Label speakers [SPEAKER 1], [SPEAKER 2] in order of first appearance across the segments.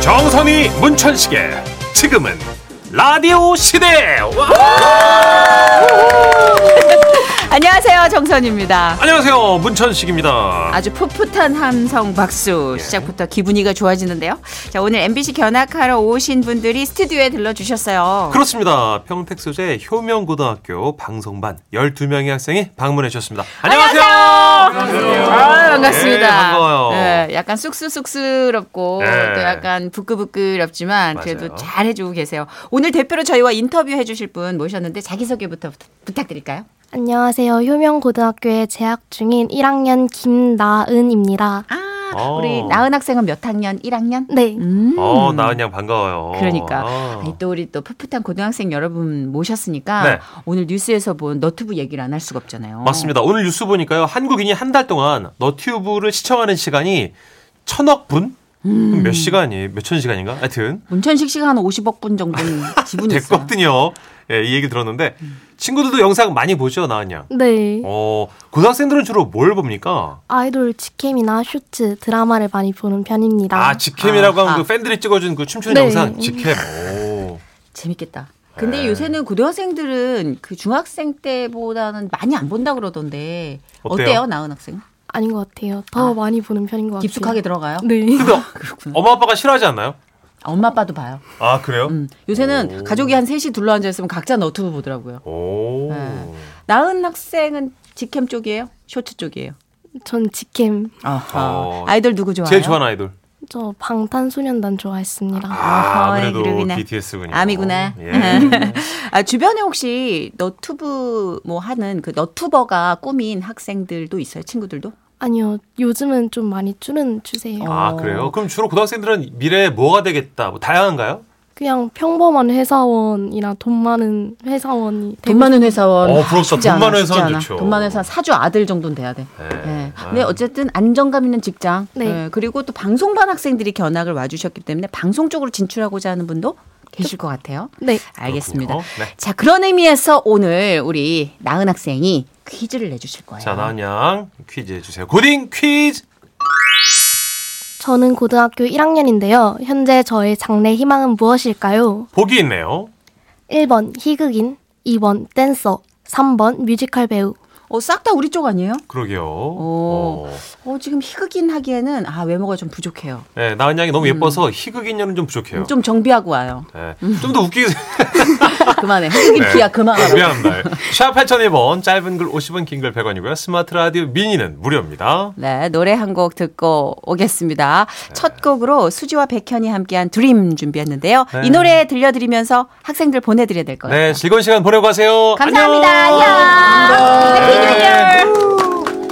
[SPEAKER 1] 정선이 문천식의 지금은 라디오 시대. 와!
[SPEAKER 2] 안녕하세요 정선입니다.
[SPEAKER 1] 안녕하세요 문천식입니다.
[SPEAKER 2] 아주 풋풋한 함성
[SPEAKER 1] 예.
[SPEAKER 2] 박수 시작부터 기분이가 좋아지는데요. 자 오늘 MBC 견학하러 오신 분들이 스튜디오에 들러주셨어요.
[SPEAKER 1] 그렇죠. 그렇습니다. 평택 소재 효명고등학교 방송반 12명의 학생이 방문해 주셨습니다. 안녕하세요.
[SPEAKER 2] 아, 반갑습니다.
[SPEAKER 1] 네, 반가워요.
[SPEAKER 2] 네, 약간 쑥쑥쑥스럽고
[SPEAKER 1] 네.
[SPEAKER 2] 또 약간 부끄부끄럽지만
[SPEAKER 1] 맞아요.
[SPEAKER 2] 그래도 잘 해주고 계세요. 오늘 대표로 저희와 인터뷰해 주실 분 모셨는데 자기소개부터 부- 부탁드릴까요?
[SPEAKER 3] 안녕하세요. 효명고등학교에 재학 중인 1학년 김나은입니다.
[SPEAKER 2] 아
[SPEAKER 1] 어.
[SPEAKER 2] 우리 나은 학생은 몇 학년? 1학년?
[SPEAKER 3] 네.
[SPEAKER 2] 음.
[SPEAKER 1] 어 나은 양 반가워요.
[SPEAKER 2] 그러니까
[SPEAKER 1] 아.
[SPEAKER 2] 아니, 또 우리 또 풋풋한 고등학생 여러분 모셨으니까
[SPEAKER 1] 네.
[SPEAKER 2] 오늘 뉴스에서 본 너튜브 얘기를 안 할 수가 없잖아요.
[SPEAKER 1] 맞습니다. 오늘 뉴스 보니까요. 한국인이 한 달 동안 너튜브를 시청하는 시간이 천억 분?
[SPEAKER 2] 음.
[SPEAKER 1] 몇 시간이 몇천 시간인가? 하여튼
[SPEAKER 2] 문천식 씨가 한 50억 분 정도는 지분이 있어요.
[SPEAKER 1] 음. 됐거든요. 예, 이 얘기 들었는데 친구들도 영상 많이 보죠, 나은 양.
[SPEAKER 3] 네.
[SPEAKER 1] 어, 고등학생들은 주로 뭘 봅니까?
[SPEAKER 3] 아이돌 직캠이나 쇼츠, 드라마를 많이 보는 편입니다.
[SPEAKER 1] 아, 직캠이라고 하면
[SPEAKER 2] 아. 음.
[SPEAKER 1] 그 팬들이 찍어준 그 춤추는
[SPEAKER 3] 네.
[SPEAKER 1] 영상 직캠. 오.
[SPEAKER 2] 재밌겠다. 근데
[SPEAKER 1] 네.
[SPEAKER 2] 요새는 고등학생들은 그 중학생 때보다는 많이 안 본다 그러던데
[SPEAKER 1] 어때요?
[SPEAKER 2] 어때요, 나은 학생?
[SPEAKER 3] 아닌 것 같아요. 더
[SPEAKER 2] 아.
[SPEAKER 3] 많이 보는 편인 것 같아요.
[SPEAKER 2] 깊숙하게 들어가요?
[SPEAKER 3] 네.
[SPEAKER 1] 근데 어, 엄마 아빠가 싫어하지 않나요?
[SPEAKER 2] 엄마 아빠도 봐요.
[SPEAKER 1] 아, 그래요?
[SPEAKER 2] 음, 요새는
[SPEAKER 1] 오.
[SPEAKER 2] 가족이 한 셋이 둘러앉아 있으면 각자 너튜브 보더라고요.
[SPEAKER 1] 오.
[SPEAKER 2] 네. 나은 학생은 직캠 쪽이에요? 쇼츠 쪽이에요?
[SPEAKER 3] 전 직캠.
[SPEAKER 1] 어.
[SPEAKER 2] 아이돌 누구 좋아해요?
[SPEAKER 1] 제일 좋아하는 아이돌.
[SPEAKER 3] 저 방탄소년단 좋아했습니다.
[SPEAKER 1] 아,
[SPEAKER 2] 아하,
[SPEAKER 1] 아무래도
[SPEAKER 2] 그러구나.
[SPEAKER 1] BTS군요.
[SPEAKER 2] 암이구나.
[SPEAKER 1] 예.
[SPEAKER 2] 아, 주변에 혹시 너튜브 뭐 하는 그 너튜버가 꿈인 학생들도 있어요? 친구들도?
[SPEAKER 3] 아니요. 요즘은 좀 많이 줄은 추세예요.
[SPEAKER 1] 아, 그래요? 그럼 주로 고등학생들은 미래에 뭐가 되겠다. 뭐 다양한가요?
[SPEAKER 3] 그냥 평범한 회사원이나 돈 많은 회사원이 되고
[SPEAKER 2] 돈 많은 회사원.
[SPEAKER 1] 어, 부럽다.
[SPEAKER 2] 쉽지
[SPEAKER 1] 돈
[SPEAKER 2] 않아,
[SPEAKER 1] 많은
[SPEAKER 2] 쉽지
[SPEAKER 1] 회사원
[SPEAKER 2] 않아.
[SPEAKER 1] 좋죠.
[SPEAKER 2] 돈 많은 회사원 사주 아들 정도는 돼야 돼.
[SPEAKER 1] 네.
[SPEAKER 2] 예.
[SPEAKER 1] 아.
[SPEAKER 2] 근데 어쨌든 안정감 있는 직장.
[SPEAKER 3] 네.
[SPEAKER 2] 예, 그리고 또 방송반 학생들이 견학을 와주셨기 때문에 방송 쪽으로 진출하고자 하는 분도 계실 것 같아요.
[SPEAKER 3] 네.
[SPEAKER 2] 알겠습니다.
[SPEAKER 1] 그렇군요. 네.
[SPEAKER 2] 자, 그런 의미에서 오늘 우리 나은 학생이 퀴즈를 내주실 거예요.
[SPEAKER 1] 자, 나은 양 퀴즈 해주세요. 고딩 퀴즈!
[SPEAKER 3] 저는 고등학교 1학년인데요. 현재 저의 장래 희망은 무엇일까요?
[SPEAKER 1] 복이 있네요.
[SPEAKER 3] 1번 희극인, 2번 댄서, 3번 뮤지컬 배우.
[SPEAKER 2] 어, 싹 다 우리 쪽 아니에요?
[SPEAKER 1] 그러게요.
[SPEAKER 2] 오.
[SPEAKER 1] 어.
[SPEAKER 2] 어, 지금 희극인 하기에는 아, 외모가 좀 부족해요.
[SPEAKER 1] 네, 나은 양이 너무 예뻐서 희극인연은 좀 부족해요.
[SPEAKER 2] 음.
[SPEAKER 1] 네.
[SPEAKER 2] 좀 정비하고 와요.
[SPEAKER 1] 좀 더 웃기게
[SPEAKER 2] 그만해. 희극인
[SPEAKER 1] 네.
[SPEAKER 2] 비야 그만하라.
[SPEAKER 1] 미안합니다. 네. 샵 8001번 짧은 글 50원 긴 글 100원이고요. 스마트 라디오 미니는 무료입니다.
[SPEAKER 2] 네, 노래 한 곡 듣고 오겠습니다.
[SPEAKER 1] 네.
[SPEAKER 2] 첫 곡으로 수지와 백현이 함께한 드림 준비했는데요.
[SPEAKER 1] 네.
[SPEAKER 2] 이 노래 들려드리면서 학생들 보내드려야 될 거예요.
[SPEAKER 1] 네, 즐거운 시간 보내고 가세요.
[SPEAKER 2] 감사합니다. 안녕. 해피 뉴 이어.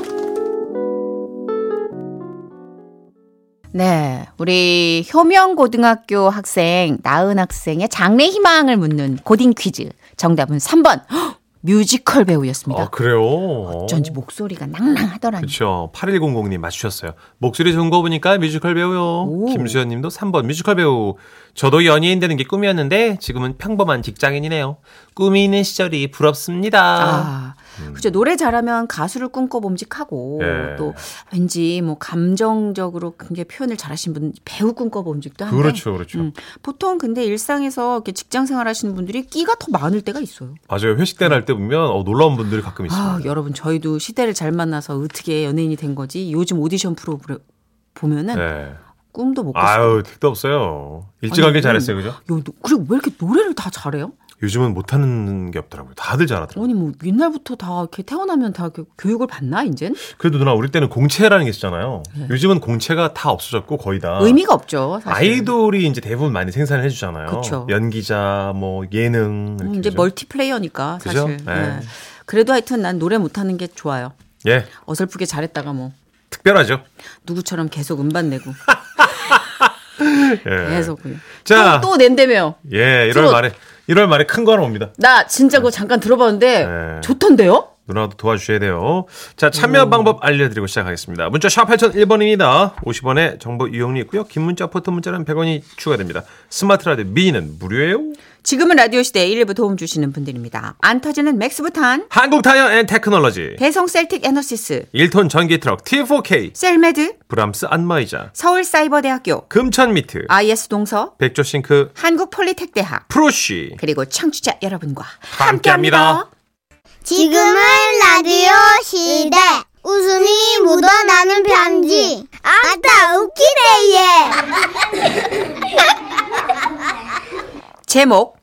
[SPEAKER 2] 네, 우리 효명고등학교 학생 나은 학생의 장래 희망을 묻는 고딩 퀴즈 정답은 3번 헉, 뮤지컬 배우였습니다.
[SPEAKER 1] 아, 그래요? 어쩐지
[SPEAKER 2] 어쩐지 뭐- 목소리가 낭낭하더라니.
[SPEAKER 1] 그렇죠. 8100님이 맞추셨어요. 목소리 좋은 거 보니까 뮤지컬 배우요.
[SPEAKER 2] 오.
[SPEAKER 1] 김수현 님도 3번 뮤지컬 배우. 저도 연예인 되는 게 꿈이었는데 지금은 평범한 직장인이네요. 꿈이 있는 시절이 부럽습니다.
[SPEAKER 2] 아, 그죠. 노래 잘하면 가수를 꿈꿔 봄직하고
[SPEAKER 1] 음. 예.
[SPEAKER 2] 또 왠지 뭐 감정적으로 굉장히 표현을 잘하신 분 배우 꿈꿔 봄직도 한데
[SPEAKER 1] 그렇죠.
[SPEAKER 2] 음, 보통 근데 일상에서 이렇게 직장 생활하시는 분들이 끼가 더 많을 때가 있어요.
[SPEAKER 1] 맞아요. 회식 때나 할때 보면 어, 놀라운 분들이 가끔
[SPEAKER 2] 네. 아,
[SPEAKER 1] 있습니다.
[SPEAKER 2] 여러분 저희도 시대를 잘 만나서 어떻게 연예인이 된 거지? 요즘 오디션 프로그램 보면은
[SPEAKER 1] 네.
[SPEAKER 2] 꿈도 못 꿨어요.
[SPEAKER 1] 아유, 택도 없어요. 일찍하게
[SPEAKER 2] 아니,
[SPEAKER 1] 잘했어요, 그죠?
[SPEAKER 2] 요- 그리고 왜 이렇게 노래를 다 잘해요?
[SPEAKER 1] 요즘은 못하는 게 없더라고요. 다들 잘하더라고요.
[SPEAKER 2] 아니 뭐 옛날부터 다 이렇게 태어나면 다 이렇게 교육을 받나 이젠?
[SPEAKER 1] 그래도 누나 우리 때는 공채라는 게 있었잖아요. 요즘은 공채가 다 없어졌고 거의 다
[SPEAKER 2] 네. 의미가 없죠. 사실.
[SPEAKER 1] 아. 아이돌이 이제 대부분 많이 생산을 해주잖아요.
[SPEAKER 2] 그쵸.
[SPEAKER 1] 연기자, 뭐 예능
[SPEAKER 2] 음,
[SPEAKER 1] 이렇게
[SPEAKER 2] 이제
[SPEAKER 1] 그죠?
[SPEAKER 2] 멀티플레이어니까
[SPEAKER 1] 그죠?
[SPEAKER 2] 사실.
[SPEAKER 1] 네.
[SPEAKER 2] 예. 그래도 하여튼 난 노래 못하는 게 좋아요.
[SPEAKER 1] 예
[SPEAKER 2] 어설프게 잘했다가 뭐
[SPEAKER 1] 특별하죠.
[SPEAKER 2] 누구처럼 계속 음반 내고
[SPEAKER 1] 예.
[SPEAKER 2] 계속
[SPEAKER 1] 자.
[SPEAKER 2] 또, 또 낸다며.
[SPEAKER 1] 예 1월
[SPEAKER 2] 트롯.
[SPEAKER 1] 말에 1월 말에 큰 거 하나 옵니다.
[SPEAKER 2] 나 진짜 그거 잠깐 들어봤는데
[SPEAKER 1] 네.
[SPEAKER 2] 좋던데요?
[SPEAKER 1] 누나도 도와주셔야 돼요. 자,
[SPEAKER 2] 음.
[SPEAKER 1] 참여 방법 알려드리고 시작하겠습니다. 문자 샵 8001번입니다. 50원에 정보 이용료 있고요. 긴 문자, 포토 문자는 100원이 추가됩니다. 스마트 라디오 미니는 무료예요.
[SPEAKER 2] 지금은 라디오 시대 1, 2부 도움 주시는 분들입니다. 안 터지는 맥스부탄,
[SPEAKER 4] 한국 타이어 앤 테크놀로지.
[SPEAKER 2] 대성 셀틱 에너시스,
[SPEAKER 4] 1톤 전기 트럭 T4K.
[SPEAKER 2] 셀메드,
[SPEAKER 4] 브람스 안마이자.
[SPEAKER 2] 서울사이버대학교,
[SPEAKER 4] 금천 미트.
[SPEAKER 2] IS 동서,
[SPEAKER 4] 백조 싱크.
[SPEAKER 2] 한국폴리텍대학,
[SPEAKER 4] 프로쉬.
[SPEAKER 2] 그리고 청취자 여러분과
[SPEAKER 4] 함께합니다.
[SPEAKER 2] 함께합니다.
[SPEAKER 5] 지금은 라디오 시대. 웃음이 묻어나는 편지. 아따, 웃기네, 얘.
[SPEAKER 2] 제목,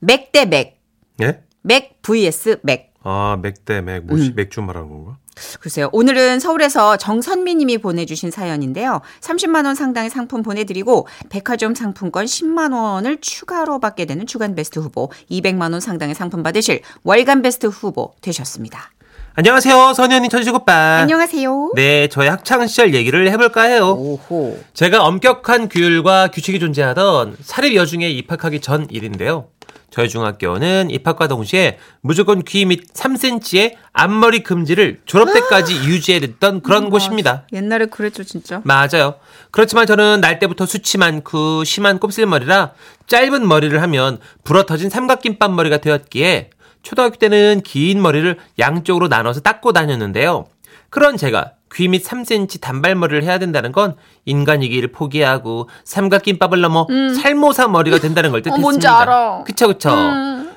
[SPEAKER 2] 맥대맥,
[SPEAKER 4] 예?
[SPEAKER 2] 맥 vs 맥.
[SPEAKER 4] 아, 맥대 맥
[SPEAKER 2] 음.
[SPEAKER 4] 뭐지? 맥주 말하는 건가?
[SPEAKER 2] 글쎄요. 오늘은 서울에서 정선미 님이 보내주신 사연인데요. 30만 원 상당의 상품 보내드리고 백화점 상품권 10만 원을 추가로 받게 되는 주간 베스트 후보 200만 원 상당의 상품 받으실 월간 베스트 후보 되셨습니다.
[SPEAKER 4] 안녕하세요. 선현이 천식
[SPEAKER 2] 아.
[SPEAKER 4] 오빠.
[SPEAKER 2] 안녕하세요.
[SPEAKER 4] 네, 저의 학창 시절 얘기를 해 볼까 해요.
[SPEAKER 2] 오호.
[SPEAKER 4] 제가 엄격한 규율과 규칙이 존재하던 사립 여중에 입학하기 전 일인데요. 저희 중학교는 입학과 동시에 무조건 귀 및 3cm의 앞머리 금지를 졸업 때까지 유지해냈던 그런 곳입니다.
[SPEAKER 2] 옛날에 그랬죠 진짜.
[SPEAKER 4] 맞아요. 그렇지만 저는 날 때부터 수치 많고 심한 곱슬머리라 짧은 머리를 하면 불어터진 삼각김밥 머리가 되었기에 초등학교 때는 긴 머리를 양쪽으로 나눠서 닦고 다녔는데요. 그런 제가 귀 및 3cm 단발머리를 해야 된다는 건 인간이기를 포기하고 삼각김밥을 넘어 살모사 머리가 된다는 걸 뜻했습니다.
[SPEAKER 2] 음. 어, 뭔지 알아. 음.
[SPEAKER 4] 그쵸 그쵸.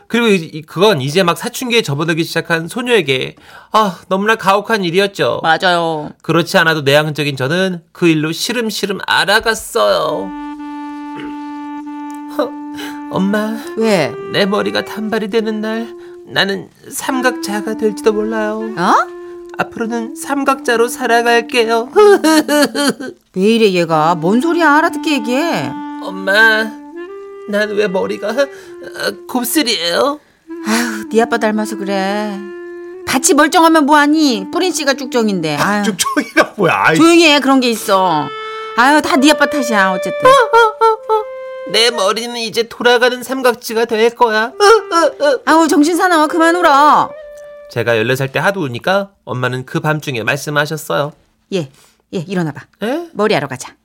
[SPEAKER 4] 그리고 이- 이- 그건 이제 막 사춘기에 접어들기 시작한 소녀에게 아 너무나 가혹한 일이었죠.
[SPEAKER 2] 맞아요.
[SPEAKER 4] 그렇지 않아도 내향적인 저는 그 일로 시름시름 알아갔어요. 허, 어, 엄마,
[SPEAKER 2] 왜?
[SPEAKER 4] 내 머리가 단발이 되는 날 나는 삼각자가 될지도 몰라요.
[SPEAKER 2] 어?
[SPEAKER 4] 앞으로는 삼각자로 살아갈게요.
[SPEAKER 2] 왜 이래 얘가? 뭔 소리야? 알아듣게 얘기해.
[SPEAKER 4] 엄마, 난 왜 머리가 어, 곱슬이에요?
[SPEAKER 2] 아휴, 네 아빠 닮아서 그래. 같이 멀쩡하면 뭐하니? 뿌린 씨가 쭉정인데. 아유.
[SPEAKER 4] 쭉쭉이가 뭐야? 아이.
[SPEAKER 2] 조용히 해 그런 게 있어. 아유 다 네 아빠 탓이야 어쨌든.
[SPEAKER 4] 내 머리는 이제 돌아가는 삼각지가 될 거야.
[SPEAKER 2] 아우 정신 사나워 그만 울어.
[SPEAKER 4] 제가 14살 때 하도 우니까 엄마는 그 밤중에 말씀하셨어요.
[SPEAKER 2] 예예 일어나봐.
[SPEAKER 4] 에?
[SPEAKER 2] 머리하러 가자.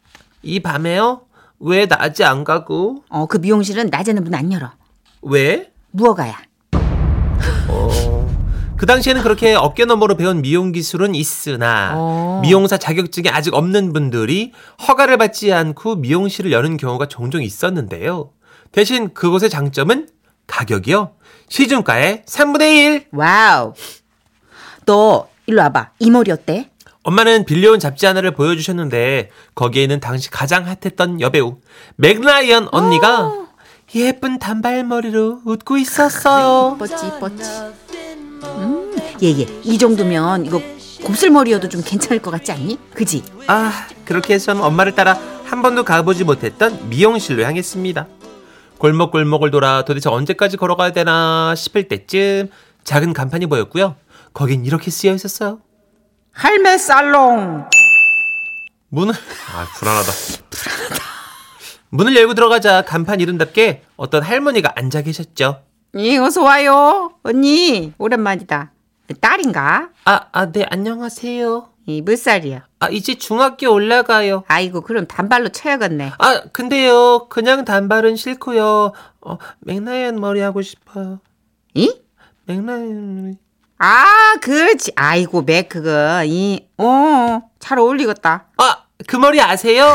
[SPEAKER 4] 이 밤에요? 왜 낮에 안 가고?
[SPEAKER 2] 어 그 미용실은 낮에는 문 안 열어.
[SPEAKER 4] 왜?
[SPEAKER 2] 무어가야.
[SPEAKER 4] 그 당시에는 그렇게 어깨 너머로 배운 미용 기술은 있으나
[SPEAKER 2] 어.
[SPEAKER 4] 미용사 자격증이 아직 없는 분들이 허가를 받지 않고 미용실을 여는 경우가 종종 있었는데요. 대신 그곳의 장점은 가격이요. 시중가의 3분의 1.
[SPEAKER 2] 와우. 너 일로 와봐. 이 머리 어때?
[SPEAKER 4] 엄마는 빌려온 잡지 하나를 보여주셨는데 거기에는 당시 가장 핫했던 여배우 맥라이언 언니가 예쁜 단발머리로 웃고 있었어요.
[SPEAKER 2] 뻗지 뻗지. 음, 예예 이 정도면 이거 곱슬머리여도 좀 괜찮을 것 같지 않니? 그지?
[SPEAKER 4] 아, 그렇게 해서 저는 엄마를 따라 한 번도 가보지 못했던 미용실로 향했습니다. 골목골목을 돌아 도대체 언제까지 걸어가야 되나 싶을 때쯤 작은 간판이 보였고요. 거긴 이렇게 쓰여 있었어요.
[SPEAKER 2] 할매 살롱.
[SPEAKER 4] 문을 아 불안하다. 문을 열고 들어가자 간판 이름답게 어떤 할머니가 앉아 계셨죠.
[SPEAKER 2] 예 어서 와요 언니 오랜만이다. 딸인가?
[SPEAKER 4] 아, 아, 네, 안녕하세요.
[SPEAKER 2] 이몇 살이야?
[SPEAKER 4] 아, 이제 중학교 올라가요.
[SPEAKER 2] 아이고 그럼 단발로 쳐야겠네.
[SPEAKER 4] 아, 근데요, 그냥 단발은 싫고요. 어, 맥라이언 머리 하고 싶어요.
[SPEAKER 2] 이?
[SPEAKER 4] 맥라이언 머리.
[SPEAKER 2] 아, 그렇지. 아이고, 맥 그거. 이, 어, 잘 어울리겠다.
[SPEAKER 4] 아, 그 머리 아세요?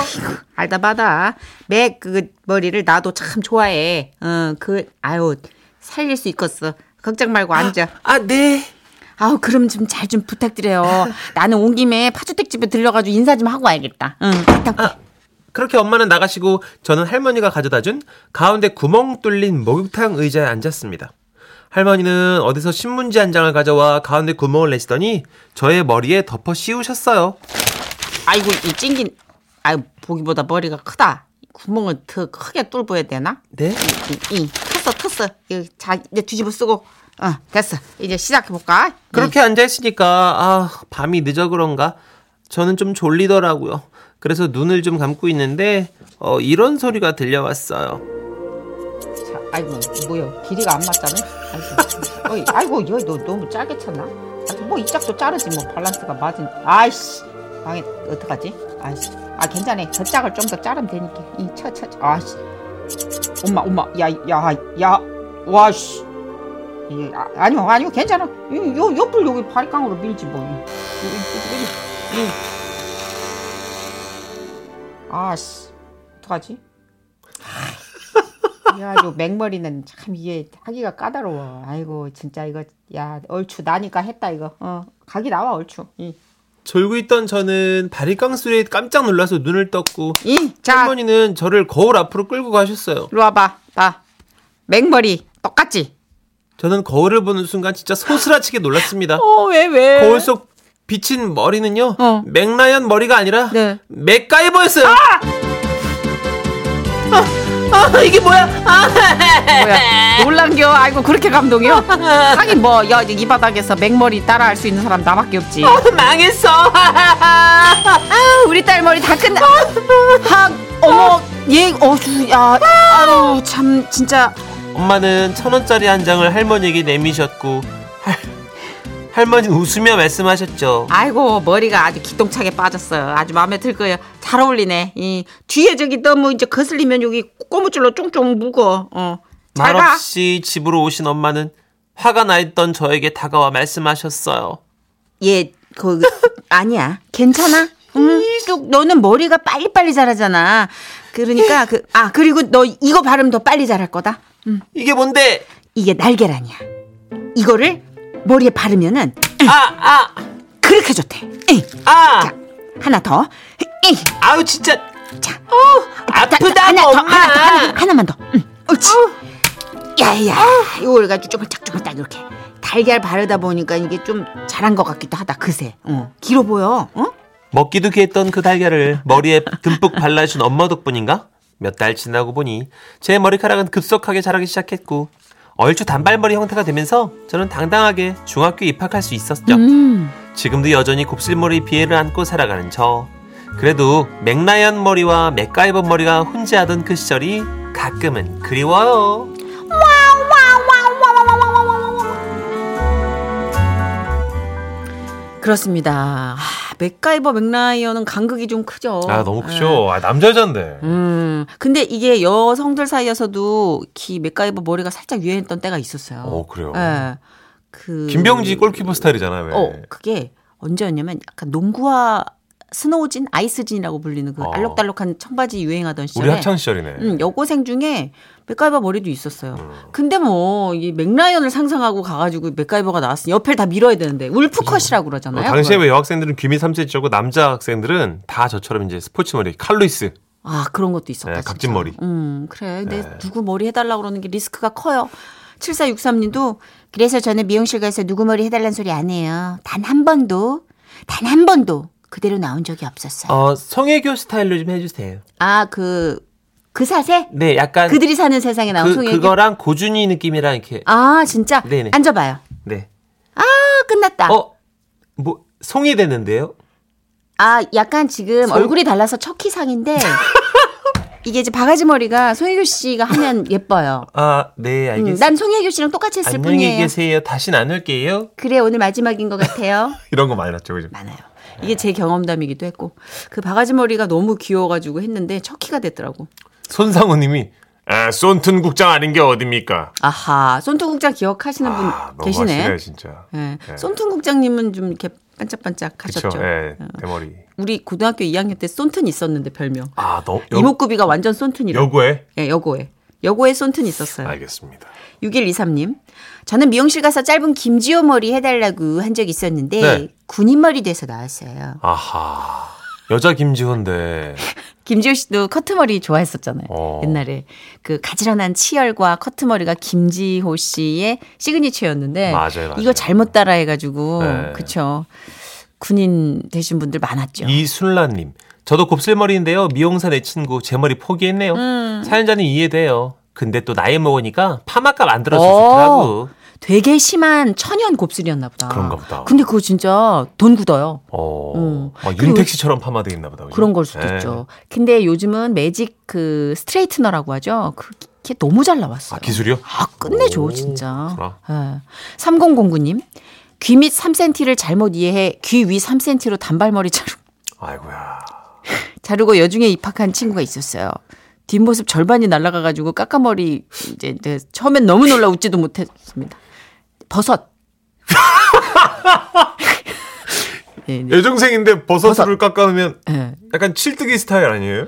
[SPEAKER 2] 알다 마다. 맥 그 머리를 나도 참 좋아해. 어, 그, 아유, 살릴 수 있겠어. 걱정 말고 앉아.
[SPEAKER 4] 아, 네.
[SPEAKER 2] 아우, 그럼 좀 잘 좀 부탁드려요. 나는 온 김에 파주택 집에 들려가지고 인사 좀 하고 와야겠다. 응, 일단
[SPEAKER 4] 그렇게 엄마는 나가시고 저는 할머니가 가져다 준 가운데 구멍 뚫린 목욕탕 의자에 앉았습니다. 할머니는 어디서 신문지 한 장을 가져와 가운데 구멍을 내시더니 저의 머리에 덮어 씌우셨어요.
[SPEAKER 2] 아이고, 이 찡긴, 아유, 보기보다 머리가 크다. 구멍을 더 크게 뚫어야 되나?
[SPEAKER 4] 네?
[SPEAKER 2] 이, 이, 텄어, 텄어. 이, 자, 이제 뒤집어 쓰고. 어, 됐어. 이제 시작해볼까?
[SPEAKER 4] 그렇게 앉아있으니까, 아, 밤이 늦어 그런가? 저는 좀 졸리더라고요. 그래서 눈을 좀 감고 있는데, 어, 이런 소리가 들려왔어요.
[SPEAKER 2] 자, 아이고 뭐야 길이가 안 맞다네 아이고 어이, 아이고 이거 너 너무 짧게 쳤나 아주 뭐이 짝도 자르지 뭐 밸런스가 맞은 아이씨 망해 어떡하지 아이씨 아 괜찮아 저 짝을 좀 더 자르면 되니까 이 쳐 쳐 아이씨 엄마, 엄마, 야, 야, 야, 와, 씨. 이, 아, 아니요, 아니요, 괜찮아. 이, 요, 옆을 여기 발깡으로 밀지 뭐. 이, 이, 이, 이, 이. 아, 씨. 어떡하지? 야, 요 맹머리는 참 이게 하기가 까다로워. 아이고, 진짜 이거, 야, 얼추 나니까 했다, 이거. 어, 각이 나와, 얼추. 이,
[SPEAKER 4] 졸고 있던 저는 바리깡수에 깜짝 놀라서 눈을 떴고
[SPEAKER 2] 이, 자,
[SPEAKER 4] 할머니는 저를 거울 앞으로 끌고 가셨어요.
[SPEAKER 2] 이리 와봐, 봐. 맹머리, 똑같지?
[SPEAKER 4] 저는 거울을 보는 순간 진짜 소스라치게 놀랐습니다.
[SPEAKER 2] 어, 왜, 왜?
[SPEAKER 4] 거울 속 비친 머리는요.
[SPEAKER 2] 어.
[SPEAKER 4] 맥라이언 머리가 아니라
[SPEAKER 2] 네.
[SPEAKER 4] 맥가이버였어요. 아! 아, 이게 뭐야? 아,
[SPEAKER 2] 뭐야 놀란겨 아이고 그렇게 감동이요 하긴 뭐야 이 바닥에서 맹머리 따라할 수 있는 사람 나밖에 없지
[SPEAKER 4] 망했어.
[SPEAKER 2] 아, 우리 딸 머리 다 끝나 하
[SPEAKER 4] 어, 뭐.
[SPEAKER 2] 어머 얘 어주 야 아유 참 진짜
[SPEAKER 4] 엄마는 천 원짜리 한 장을 할머니에게 내미셨고 할, 할머니는 웃으며 말씀하셨죠.
[SPEAKER 2] 아이고 머리가 아주 기똥차게 빠졌어요 아주 마음에 들 거예요 잘 어울리네 이 뒤에 저기 너무 이제 거슬리면 여기 꼬무줄로 쫑쫑 묶어 어잘가
[SPEAKER 4] 말없이 집으로 오신 엄마는 화가 나 있던 저에게 다가와 말씀하셨어요.
[SPEAKER 2] 얘, 그, 아니야. 괜찮아? 응. 쭉, 너는 머리가 빨리빨리 자라잖아. 그러니까, 그, 아, 그리고 너 이거 바르면 더 빨리 자랄 거다.
[SPEAKER 4] 이게 뭔데?
[SPEAKER 2] 이게 날계란이야. 이거를 머리에 바르면은,
[SPEAKER 4] 아, 아,
[SPEAKER 2] 그렇게 좋대. 에이.
[SPEAKER 4] 아.
[SPEAKER 2] 자, 하나 더. 에이.
[SPEAKER 4] 아우 진짜
[SPEAKER 2] 자, 어,
[SPEAKER 4] 아프다
[SPEAKER 2] 하나 더,
[SPEAKER 4] 엄마.
[SPEAKER 2] 하나, 더, 하나, 하나, 만더 응. 옳지. 야야, 이걸 가지고 쪼물짝쪼물짝 이렇게 달걀 바르다 보니까 이게 좀 자란 것 같기도 하다. 그새, 어, 길어 보여, 어?
[SPEAKER 4] 먹기도 귀했던 그 달걀을 머리에 듬뿍 발라준 엄마 덕분인가? 몇 달 지나고 보니 제 머리카락은 급속하게 자라기 시작했고 얼추 단발머리 형태가 되면서 저는 당당하게 중학교 입학할 수 있었죠.
[SPEAKER 2] 음.
[SPEAKER 4] 지금도 여전히 곱슬머리 비애를 안고 살아가는 저. 그래도 맥라이언 머리와 맥가이버 머리가 훈제하던 그 시절이 가끔은 그리워요.
[SPEAKER 2] 그렇습니다. 아, 맥가이버 맥라이어는 간극이 좀 크죠. 예.
[SPEAKER 1] 아, 남자 여잔데.
[SPEAKER 2] 음, 근데 이게 여성들 사이에서도 기 맥가이버 머리가 살짝 유행했던 때가 있었어요.
[SPEAKER 1] 어, 그래요.
[SPEAKER 2] 예. 그
[SPEAKER 1] 김병지 골키퍼 스타일이잖아요. 왜.
[SPEAKER 2] 어, 그게 언제였냐면 약간 농구와 스노우진, 아이스진이라고 불리는 그
[SPEAKER 1] 어.
[SPEAKER 2] 알록달록한 청바지 유행하던 시절에
[SPEAKER 1] 우리 학창 시절이네.
[SPEAKER 2] 음, 여고생 중에 맥가이버 머리도 있었어요.
[SPEAKER 1] 음.
[SPEAKER 2] 근데 뭐, 이 맥라이언을 상상하고 가가지고 맥가이버가 나왔으니 옆에 다 밀어야 되는데, 울프컷이라고
[SPEAKER 1] 어,
[SPEAKER 2] 그러잖아요.
[SPEAKER 1] 당시에
[SPEAKER 2] 그걸.
[SPEAKER 1] 왜 여학생들은 귀미 3cm고 남자 학생들은 다 저처럼 이제 스포츠 머리 칼루이스
[SPEAKER 2] 아, 그런 것도 있었다.
[SPEAKER 1] 네,
[SPEAKER 2] 진짜.
[SPEAKER 1] 각진 머리. 네.
[SPEAKER 2] 음, 그래. 근데 누구 머리 해달라고 그러는 게 리스크가 커요. 7463님도, 그래서 저는 미용실 가서 누구 머리 해달라는 소리 안 해요. 단 한 번도, 단 한 번도 그대로 나온 적이 없었어요.
[SPEAKER 4] 어, 성애교 스타일로 좀 해주세요.
[SPEAKER 2] 아, 그, 그 사세?
[SPEAKER 4] 네, 약간
[SPEAKER 2] 그들이 사는 세상에 나온
[SPEAKER 4] 그,
[SPEAKER 2] 송혜교.
[SPEAKER 4] 그거랑 고준이 느낌이랑 이렇게
[SPEAKER 2] 아, 진짜?
[SPEAKER 4] 네네.
[SPEAKER 2] 앉아봐요.
[SPEAKER 4] 네.
[SPEAKER 2] 아, 끝났다.
[SPEAKER 4] 어, 뭐 송이 되는데요?
[SPEAKER 2] 아, 약간 지금
[SPEAKER 4] 성-
[SPEAKER 2] 얼굴이 달라서 척키상인데 이게 이제 바가지 머리가 송혜교 씨가 하면 예뻐요.
[SPEAKER 4] 아, 네,
[SPEAKER 2] 음,
[SPEAKER 4] 알겠습니다.
[SPEAKER 2] 난 송혜교 씨랑 똑같이 했을
[SPEAKER 4] 안녕히
[SPEAKER 2] 뿐이에요.
[SPEAKER 4] 계세요. 다시 안 올게요.
[SPEAKER 2] 그래 오늘 마지막인 것 같아요.
[SPEAKER 1] 이런 거 많이 났죠, 그죠?
[SPEAKER 2] 많아요. 이게 제 경험담이기도 했고 그 바가지 머리가 너무 귀여워가지고 했는데 척키가 됐더라고.
[SPEAKER 1] 손상호님이 아, 쏜튼 국장 아닌 게 어딥니까?
[SPEAKER 2] 아하 손투국장 기억하시는 분
[SPEAKER 1] 아, 너무
[SPEAKER 2] 계시네.
[SPEAKER 1] 하시네 진짜.
[SPEAKER 2] 예.
[SPEAKER 1] 네.
[SPEAKER 2] 손투국장님은 좀 이렇게 반짝반짝
[SPEAKER 1] 그쵸?
[SPEAKER 2] 하셨죠. 어.
[SPEAKER 1] 예, 대머리.
[SPEAKER 2] 우리 고등학교 2학년 때 쏜튼 있었는데 별명.
[SPEAKER 1] 아, 너 여,
[SPEAKER 2] 이목구비가 완전 쏜튼이래.
[SPEAKER 1] 여고에? 네. 아.
[SPEAKER 2] 예, 여고에. 여고에 쏜튼 있었어요.
[SPEAKER 1] 알겠습니다.
[SPEAKER 2] 6123님. 저는 미용실 가서 짧은 김지호 머리 해달라고 한 적이 있었는데
[SPEAKER 1] 네.
[SPEAKER 2] 군인 머리 돼서 나왔어요.
[SPEAKER 1] 아하. 여자 김지훈데
[SPEAKER 2] 김지호 씨도 커트머리 좋아했었잖아요.
[SPEAKER 1] 어.
[SPEAKER 2] 옛날에 그 가지런한 치열과 커트머리가 김지호 씨의 시그니처였는데
[SPEAKER 1] 맞아요, 맞아요.
[SPEAKER 2] 이거 잘못 따라해가지고
[SPEAKER 1] 네.
[SPEAKER 2] 그쵸 군인 되신 분들 많았죠.
[SPEAKER 4] 이순란님, 저도 곱슬머리인데요. 미용사 내 친구 제 머리 포기했네요.
[SPEAKER 2] 음.
[SPEAKER 4] 사연자는 이해돼요. 근데 또 나이 먹으니까 파마값 안 들어서
[SPEAKER 2] 어.
[SPEAKER 4] 좋더라고.
[SPEAKER 2] 되게 심한 천연 곱슬이었나 보다.
[SPEAKER 1] 그런가 보다.
[SPEAKER 2] 근데 그거 진짜 돈 굳어요.
[SPEAKER 1] 어.
[SPEAKER 2] 음.
[SPEAKER 1] 막 윤택 씨처럼 파마돼 있나 보다. 그죠?
[SPEAKER 2] 그런 걸 수도
[SPEAKER 1] 예.
[SPEAKER 2] 있죠. 근데 요즘은 매직 그 스트레이트너라고 하죠. 그게 너무 잘 나왔어요.
[SPEAKER 1] 아, 기술이요?
[SPEAKER 2] 아, 끝내줘,
[SPEAKER 1] 오,
[SPEAKER 2] 진짜.
[SPEAKER 1] 그렇구나.
[SPEAKER 2] 예. 3009님, 귀 밑 3cm를 잘못 이해해 귀 위 3cm로 단발머리 자르,
[SPEAKER 1] 아이고야.
[SPEAKER 2] 자르고 여중에 입학한 친구가 있었어요. 뒷모습 절반이 날아가가지고 까까머리 이제 네, 처음엔 너무 놀라 웃지도 못했습니다. 버섯. 예, 네.
[SPEAKER 1] 여중생인데 버섯을 깎아놓으면
[SPEAKER 2] 예.
[SPEAKER 1] 약간 칠뜨기 스타일 아니에요?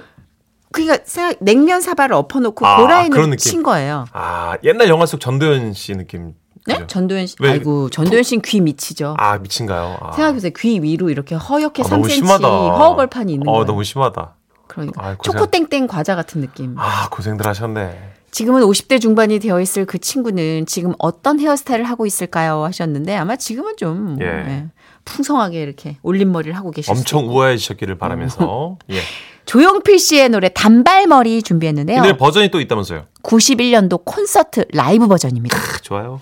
[SPEAKER 2] 그러니까 생각 냉면 사발을 엎어놓고
[SPEAKER 1] 아, 그런
[SPEAKER 2] 고라인을
[SPEAKER 1] 느낌.
[SPEAKER 2] 친 거예요.
[SPEAKER 1] 아 옛날 영화 속 전도연 씨 느낌.
[SPEAKER 2] 네?
[SPEAKER 1] 그죠?
[SPEAKER 2] 전도연 씨.
[SPEAKER 1] 왜?
[SPEAKER 2] 아이고 전도연 씨는 귀 미치죠.
[SPEAKER 1] 아 미친가요? 아.
[SPEAKER 2] 생각해보세요. 귀 위로 이렇게 허옇게
[SPEAKER 1] 아,
[SPEAKER 2] 3cm 허허벌판이 있는
[SPEAKER 1] 어,
[SPEAKER 2] 거예요.
[SPEAKER 1] 너무 심하다.
[SPEAKER 2] 그러니까
[SPEAKER 1] 아이, 고생-
[SPEAKER 2] 초코땡땡 과자 같은 느낌.
[SPEAKER 1] 아 고생들 하셨네.
[SPEAKER 2] 지금은 50대 중반이 되어 있을 그 친구는 지금 어떤 헤어스타일을 하고 있을까요 하셨는데 아마 지금은 좀
[SPEAKER 1] 예.
[SPEAKER 2] 예, 풍성하게 이렇게 올림머리를 하고 계실 수도
[SPEAKER 1] 엄청
[SPEAKER 2] 있고.
[SPEAKER 1] 우아해지셨기를 바라면서.
[SPEAKER 2] 음.
[SPEAKER 1] 예.
[SPEAKER 2] 조용필 씨의 노래 단발머리 준비했는데요.
[SPEAKER 1] 근데 버전이 또 있다면서요?
[SPEAKER 2] 91년도 콘서트 라이브 버전입니다.
[SPEAKER 1] 크, 좋아요.